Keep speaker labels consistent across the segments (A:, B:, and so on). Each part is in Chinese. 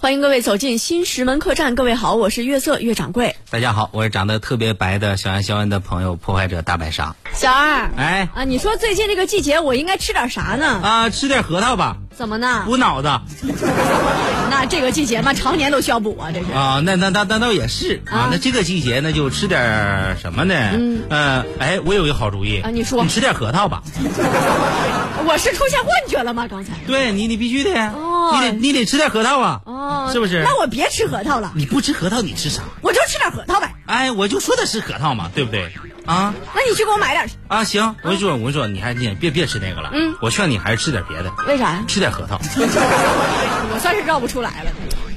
A: 欢迎各位走进新石门客栈。各位好，我是月色月掌柜。
B: 大家好，我是长得特别白的小安肖恩的朋友，破坏者大白鲨。
A: 小二，
B: 哎
A: 啊，你说最近这个季节我应该吃点啥呢？
B: 啊，吃点核桃吧，
A: 怎么呢？
B: 补脑子
A: 那这个季节嘛，常年都需要补啊，这是。
B: 啊。那那那那倒也是
A: 啊
B: 啊。那这个季节呢，就吃点什么呢？嗯，呃，哎，我有一个好主意
A: 啊你说
B: 你吃点核桃吧。
A: 我是出现幻觉了吗？刚才。
B: 对你，你必须得，
A: 哦
B: 你得你得吃点核桃啊，
A: 哦，
B: 是不是？
A: 那我别吃核桃了，
B: 你不吃核桃，你吃啥？
A: 我就吃点核桃呗。
B: 哎，我就说的是核桃嘛，对不对？啊
A: 那你去给我买点儿，
B: 啊，行，我跟你说，我跟你说，你还你别别吃那个了，嗯，我劝你还是吃点别的，
A: 为啥呀？
B: 吃点核桃。
A: 我算是绕不出来了。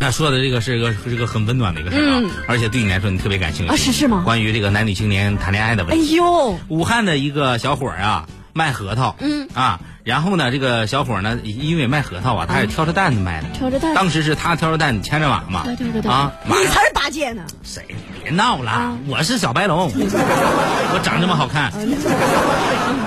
B: 那说的这个是一个是一个很温暖的一个事儿啊，而且对你来说你特别感兴趣
A: 嗯啊是是吗
B: 关于这个男女青年谈恋爱的
A: 哎
B: 问题，
A: 呦，
B: 武汉的一个小伙儿啊卖核桃，
A: 嗯
B: 啊，然后呢这个小伙儿呢因为卖核桃啊，他是挑着担子卖的，
A: 嗯挑着担子
B: 当时是他挑着担子牵着马嘛，
A: 对对对啊对，
B: 啊，马
A: 你
B: 上
A: 才是八戒呢。
B: 谁别闹了，我是小白龙， 我长这么好看。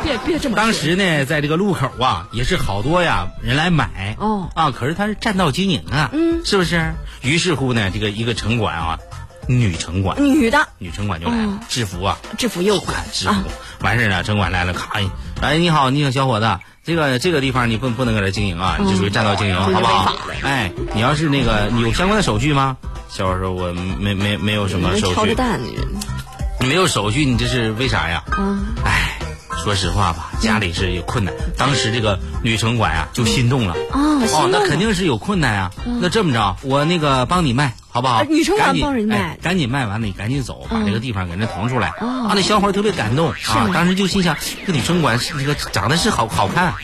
A: 别别这么
B: 当时呢，在这个路口啊，也是好多呀人来买
A: 哦
B: 啊，可是他是占道经营啊，
A: 嗯
B: 是不是？于是乎呢，这个一个城管啊，女城管，
A: 女的
B: 女城管就来了，
A: 哦
B: 制服啊，
A: 制服诱
B: 好
A: 惑
B: 看制服。完事儿呢，城管来了，咔，哎，你好，你好，小伙子。这个这个地方你不不能搁这经营啊，你这属于占道经营，
A: 这就
B: 好不好
A: 嗯违法？
B: 哎，你要是那个你有相关的手续吗？小伙说，我没没没有什么手
A: 挑着
B: 续，
A: 担
B: 你没有手续，你这是为啥呀？
A: 啊，
B: 唉，哎说实话吧，家里是有困难。
A: 嗯
B: 当时这个女城管啊，就心动了。
A: 哦心
B: 哦，
A: 动
B: 那
A: 了
B: 肯定是有困难啊。那这么着，我那个帮你卖，好不好？
A: 呃女城管
B: 赶紧
A: 帮人卖嗯
B: 哎赶紧卖完了，你赶紧走，把这个地方给人腾出来。
A: 哦
B: 啊，那小伙儿特别感动啊
A: 吗，
B: 当时就心想，这女城管是这个长得是好好看，啊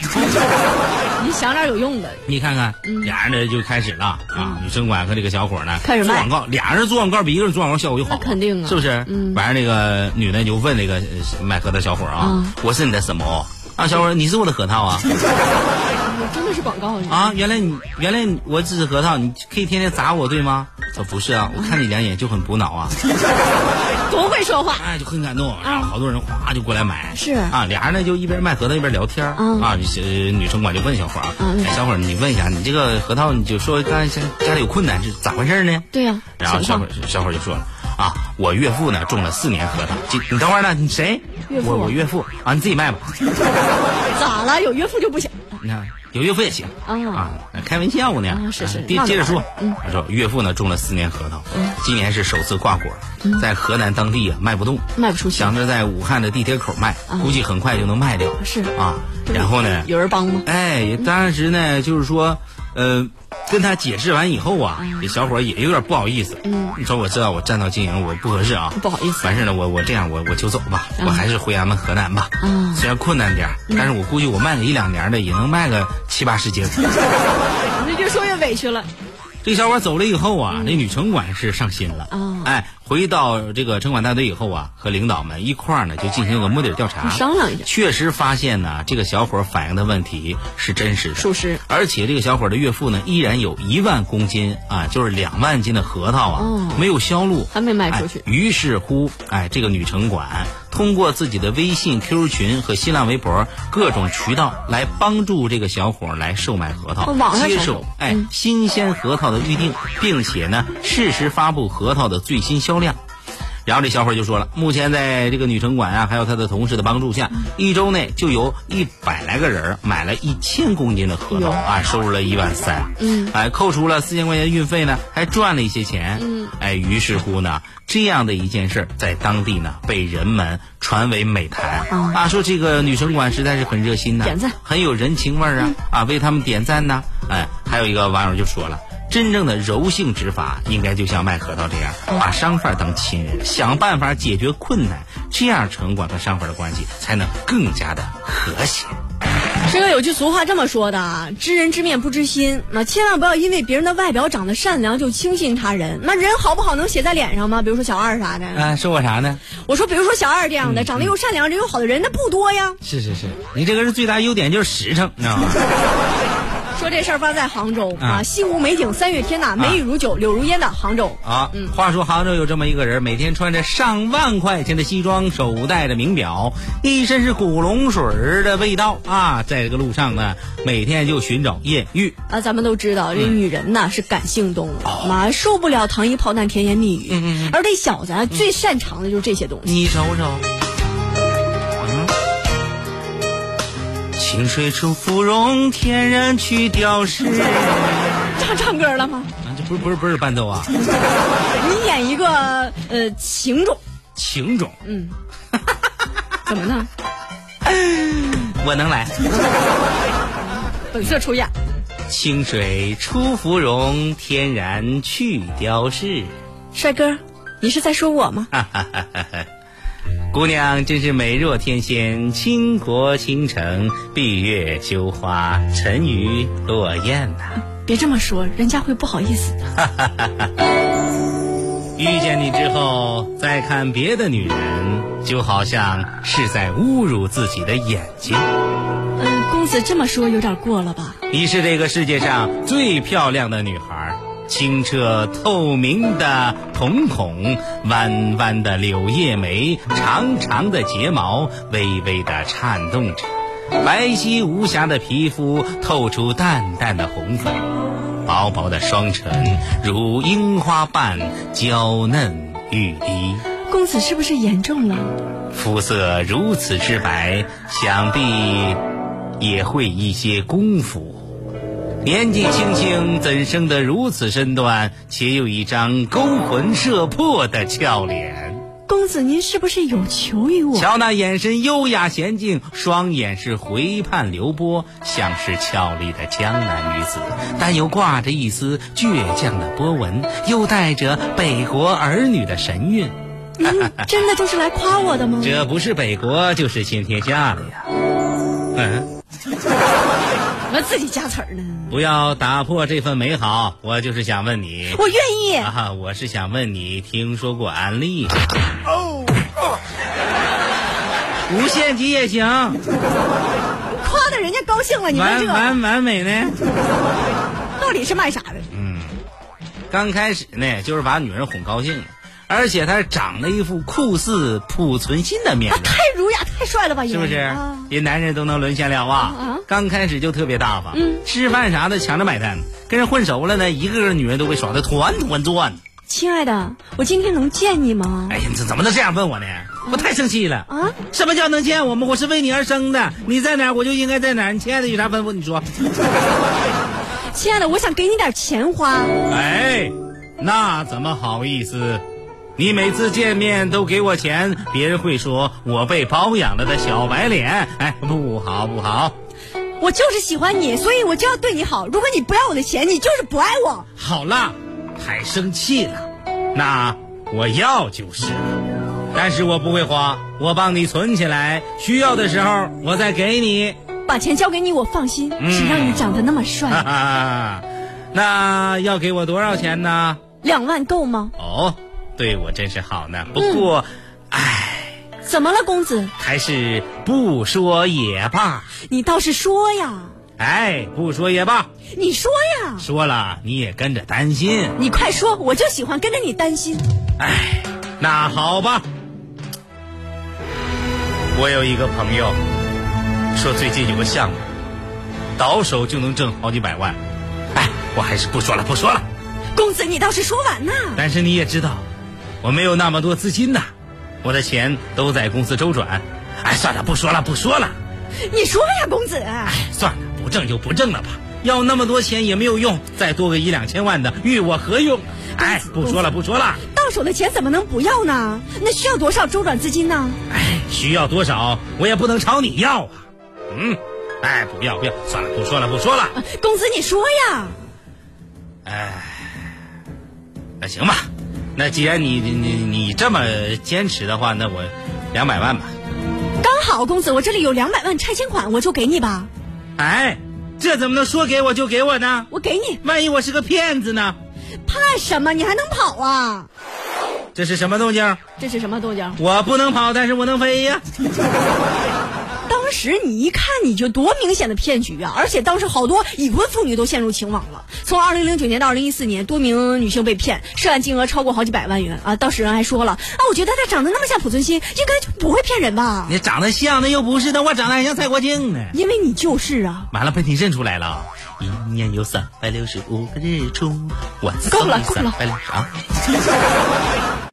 A: 你想点有用的。
B: 你看看，俩人呢就开始了啊，女城管和这个小伙呢
A: 嗯开始卖
B: 做广告，俩人做广告比一个人做广告效果就好啊，
A: 那肯定啊
B: 是不是？
A: 嗯
B: 完了，那个女的就问那个呃卖核桃小伙啊
A: 嗯，
B: 我是你的什么？啊，小伙，你是我的核桃 啊！
A: 我真的是广告
B: 啊，原来你原来你我只是核桃，你可以天天砸我，对吗？说不是啊，我看你两眼就很补脑啊，
A: 多会说话。
B: 哎，就很感动，然后好多人哗就过来买，
A: 啊是
B: 啊，俩人呢就一边卖核桃一边聊天儿
A: 嗯
B: 啊，呃女城管就问小伙儿啊
A: 嗯，
B: 哎，小伙儿你问一下，你这个核桃，你就说刚才家家里有困难是咋回事呢？
A: 对啊呀
B: 然后小伙儿小伙儿就说了啊，我岳父呢种了四年核桃，今你等会儿呢，你谁？
A: 岳父
B: 我我岳父啊，你自 己卖吧。
A: 咋了？有岳父就不行？
B: 你看有岳父也行
A: 啊
B: 开玩笑呢。
A: 啊是是
B: 接
A: 闹着
B: 接着说
A: 玩，
B: 他说岳父呢种了四年核桃，
A: 嗯
B: 今年是首次挂果，在河南当地啊卖不动，
A: 卖不出去
B: 想着在武汉的地铁口卖，估计很快就能卖掉。
A: 啊是
B: 啊，然后呢，
A: 有人帮吗？
B: 哎，当时呢，就是说，呃，跟他解释完以后啊，
A: 嗯
B: 这小伙儿也有点不好意思。嗯，你说我知道我占道经营我不合适啊，
A: 不好意思
B: 完事儿呢，我我这样我我就走吧，我还是回咱们河南吧。
A: 嗯
B: 虽然困难点儿，但是我估计我卖个一两年的也能卖个七八 十斤。
A: 你这越说越委屈了。
B: 这小伙走了以后啊，那女城管是上心了。
A: 嗯哦
B: 哎，回到这个城管大队以后啊，和领导们一块儿呢就进行了摸底儿调查，
A: 商量一下
B: 确实发现呢，这个小伙反映的问题是真实的，
A: 属实。
B: 而且这个小伙的岳父呢，依然有一万公斤啊，就是两万斤的核桃啊，
A: 哦
B: 没有销路，
A: 还没卖出去
B: 哎于是乎，哎，这个女城管通过自己的微信、QQ 群和新浪微博各种渠道来帮助这个小伙来售卖核桃，
A: 哦网上
B: 接
A: 销售嗯
B: 受哎、新鲜核桃的预定，并且呢适时发布核桃的最新销量。然后这小伙就说了，目前在这个女城管啊，还有他的同事的帮助下，一周内就有一百来个人儿买了一千公斤的核桃啊，收入了一万三，嗯，哎，扣除了四千块钱运费呢，还赚了一些钱，嗯，哎，于是乎呢，这样的一件事儿在当地呢被人们传为美谈、啊，说这个女城管实在是很热心呐、
A: 点赞
B: 很有人情味儿啊、啊，为他们点赞呐、哎，还有一个网友就说了。真正的柔性执法，应该就像卖核桃这样，把商贩当亲人，想办法解决困难，这样城管和商贩的关系才能更加的和谐。
A: 这个有句俗话这么说的啊，知人知面不知心。那千万不要因为别人的外表长得善良就轻信他人。那人好不好能写在脸上吗？比如说小二啥的。
B: 啊，嗯说我啥呢？
A: 我说，比如说小二这样的，长得又善良、人又好的人，那不多呀。
B: 啊是是是，你这个人最大优点就是实诚，你知道吗？
A: 是说这事儿发在杭州
B: 啊
A: 啊，幸无美景三月天呐，美雨如酒，柳如烟的杭州。
B: 啊，
A: 嗯
B: 话说杭州有这么一个人，每天穿着上万块钱的西装，手戴着名表，一身是古龙水儿的味道啊，在这个路上呢，每天就寻找艳遇。
A: 啊，咱们都知道
B: 嗯
A: 这女人呐是感性动物，
B: 哦
A: 妈受不了糖衣炮弹、甜言蜜
B: 嗯
A: 语。而这小子啊，最擅长的就是这些东西。
B: 你瞅瞅，嗯，清水出芙蓉，天然去雕饰。嗯
A: 唱唱歌了吗？
B: 啊，这不是不是不是伴奏啊，
A: 你演一个呃情种，
B: 情种，
A: 嗯，怎么 呢？
B: 我能来。
A: 本色出演。
B: 清水出芙蓉，天然去雕饰。
A: 帅哥，你是在说我吗？
B: 啊姑娘真是美若天仙，倾国倾城，闭月羞花，沉鱼落雁呐、
A: 别这么说，人家会不好意思的。
B: 遇见你之后，再看别的女人，就好像是在侮辱自己的眼睛。
A: 嗯、公子这么说有点过了吧？
B: 你是这个世界上最漂亮的女孩，清澈透明的瞳孔，弯弯的柳叶眉，长长的睫毛微微的颤动着，白皙无瑕的皮肤透出淡淡的红粉，薄薄的双唇如樱花般娇嫩欲滴。
A: 公子是不是严重了？
B: 肤色如此之白，想必也会一些功夫。年纪轻轻，怎生得如此身段，且有一张勾魂摄魄的俏脸？
A: 公子您是不是有求于我？
B: 瞧那眼神优雅娴静，双眼是回盼流波，像是俏丽的江南女子，但又挂着一丝倔强的波纹，又带着北国儿女的神韵。
A: 您嗯 真的就是来夸我的吗？
B: 这不是北国，就是先天下了呀。嗯。
A: 怎么自己加词儿呢？
B: 不要打破这份美好，我就是想问你
A: 我愿意。
B: 啊，我是想问你，听说过安利？哦，无限极也行，
A: 夸的人家高兴了，你问
B: 完
A: 这
B: 完完美呢。
A: 到底是卖啥的？
B: 嗯刚开始呢，就是把女人哄高兴了，而且他长了一副酷似濮存昕的 面
A: 啊，
B: 容。
A: 太儒雅，太帅了吧？
B: 是不是
A: 啊？
B: 人男人都能沦陷了啊
A: 啊？嗯
B: 刚开始就特别大方，吃饭啥的抢着买单，跟人混熟了呢，一个个女人都被耍得团团转。
A: 亲爱的，我今天能见你吗？
B: 哎呀，你这怎么能这样问我呢？我太生气了！
A: 啊，
B: 什么叫能见我们？我是为你而生的，你在哪儿我就应该在哪儿。你亲爱的有啥吩咐你说？
A: 亲爱的，我想给你点钱花。
B: 哎，那怎么好意思？你每次见面都给我钱，别人会说我被包养了的小白脸。哎，不好不好，
A: 我就是喜欢你，所以我就要对你好。如果你不要我的钱，你就是不爱我。
B: 好了，太生气了。那我要就是了，但是我不会花，我帮你存起来，需要的时候我再给你。
A: 把钱交给你，我放心。
B: 嗯
A: 谁让你长得那么
B: 哈
A: 帅？
B: 哈， 那要给我多少钱呢？
A: 两万够吗？
B: 哦，对我真是好呢。不过，唉，
A: 怎么了，公子？
B: 还是不说也罢。
A: 你倒是说呀，
B: 哎，不说也罢，
A: 你说呀，
B: 说了你也跟着担心。
A: 你快说，我就喜欢跟着你担心。
B: 唉，那好吧。我有一个朋友说最近有个项目，倒手就能挣好几百万。哎，我还是不说了，不说了。
A: 公子，你倒是说完呐。
B: 但是你也知道，我没有那么多资金呐，我的钱都在公司周转。哎，算了，不说了，不说了，哎
A: 你说呀，公子。
B: 算了，不挣就不挣了吧。要那么多钱也没有用，再多个一两千万的，与我何用？哎，不说了，不说了。
A: 到手的钱怎么能不要呢？那需要多少周转资金呢？
B: 哎，需要多少我也不能朝你要啊。嗯，哎，不要不要，算了，不说了，不说了。
A: 公子，你说呀，
B: 那行吧，那既然你你你你这么坚持的话，那我两百万吧。
A: 刚好，公子，我这里有两百万拆迁款，我就给你吧，
B: 哎，这怎么能说给我就给我呢？
A: 我给你，
B: 万一我是个骗子呢？
A: 怕什么？你还能跑啊？
B: 这是什么动静？
A: 这是什么动静？
B: 我不能跑，但是我能飞呀！
A: 当当时你一看你就多明显的骗局啊！而且当时好多已婚妇女都陷入情网了。从二零零九年到二零一四年，多名女性被骗，涉案金额超过好几百万元啊！当事人还说了啊，我觉得他长得那么像濮存昕，应该就不会骗人吧？
B: 你长得像，那又不是，那我长得还像蔡国庆呢。
A: 因为你就是啊！
B: 完了，被你认出来了。一年有三百六十五个日出，我
A: 够了够了
B: 三百六十啊。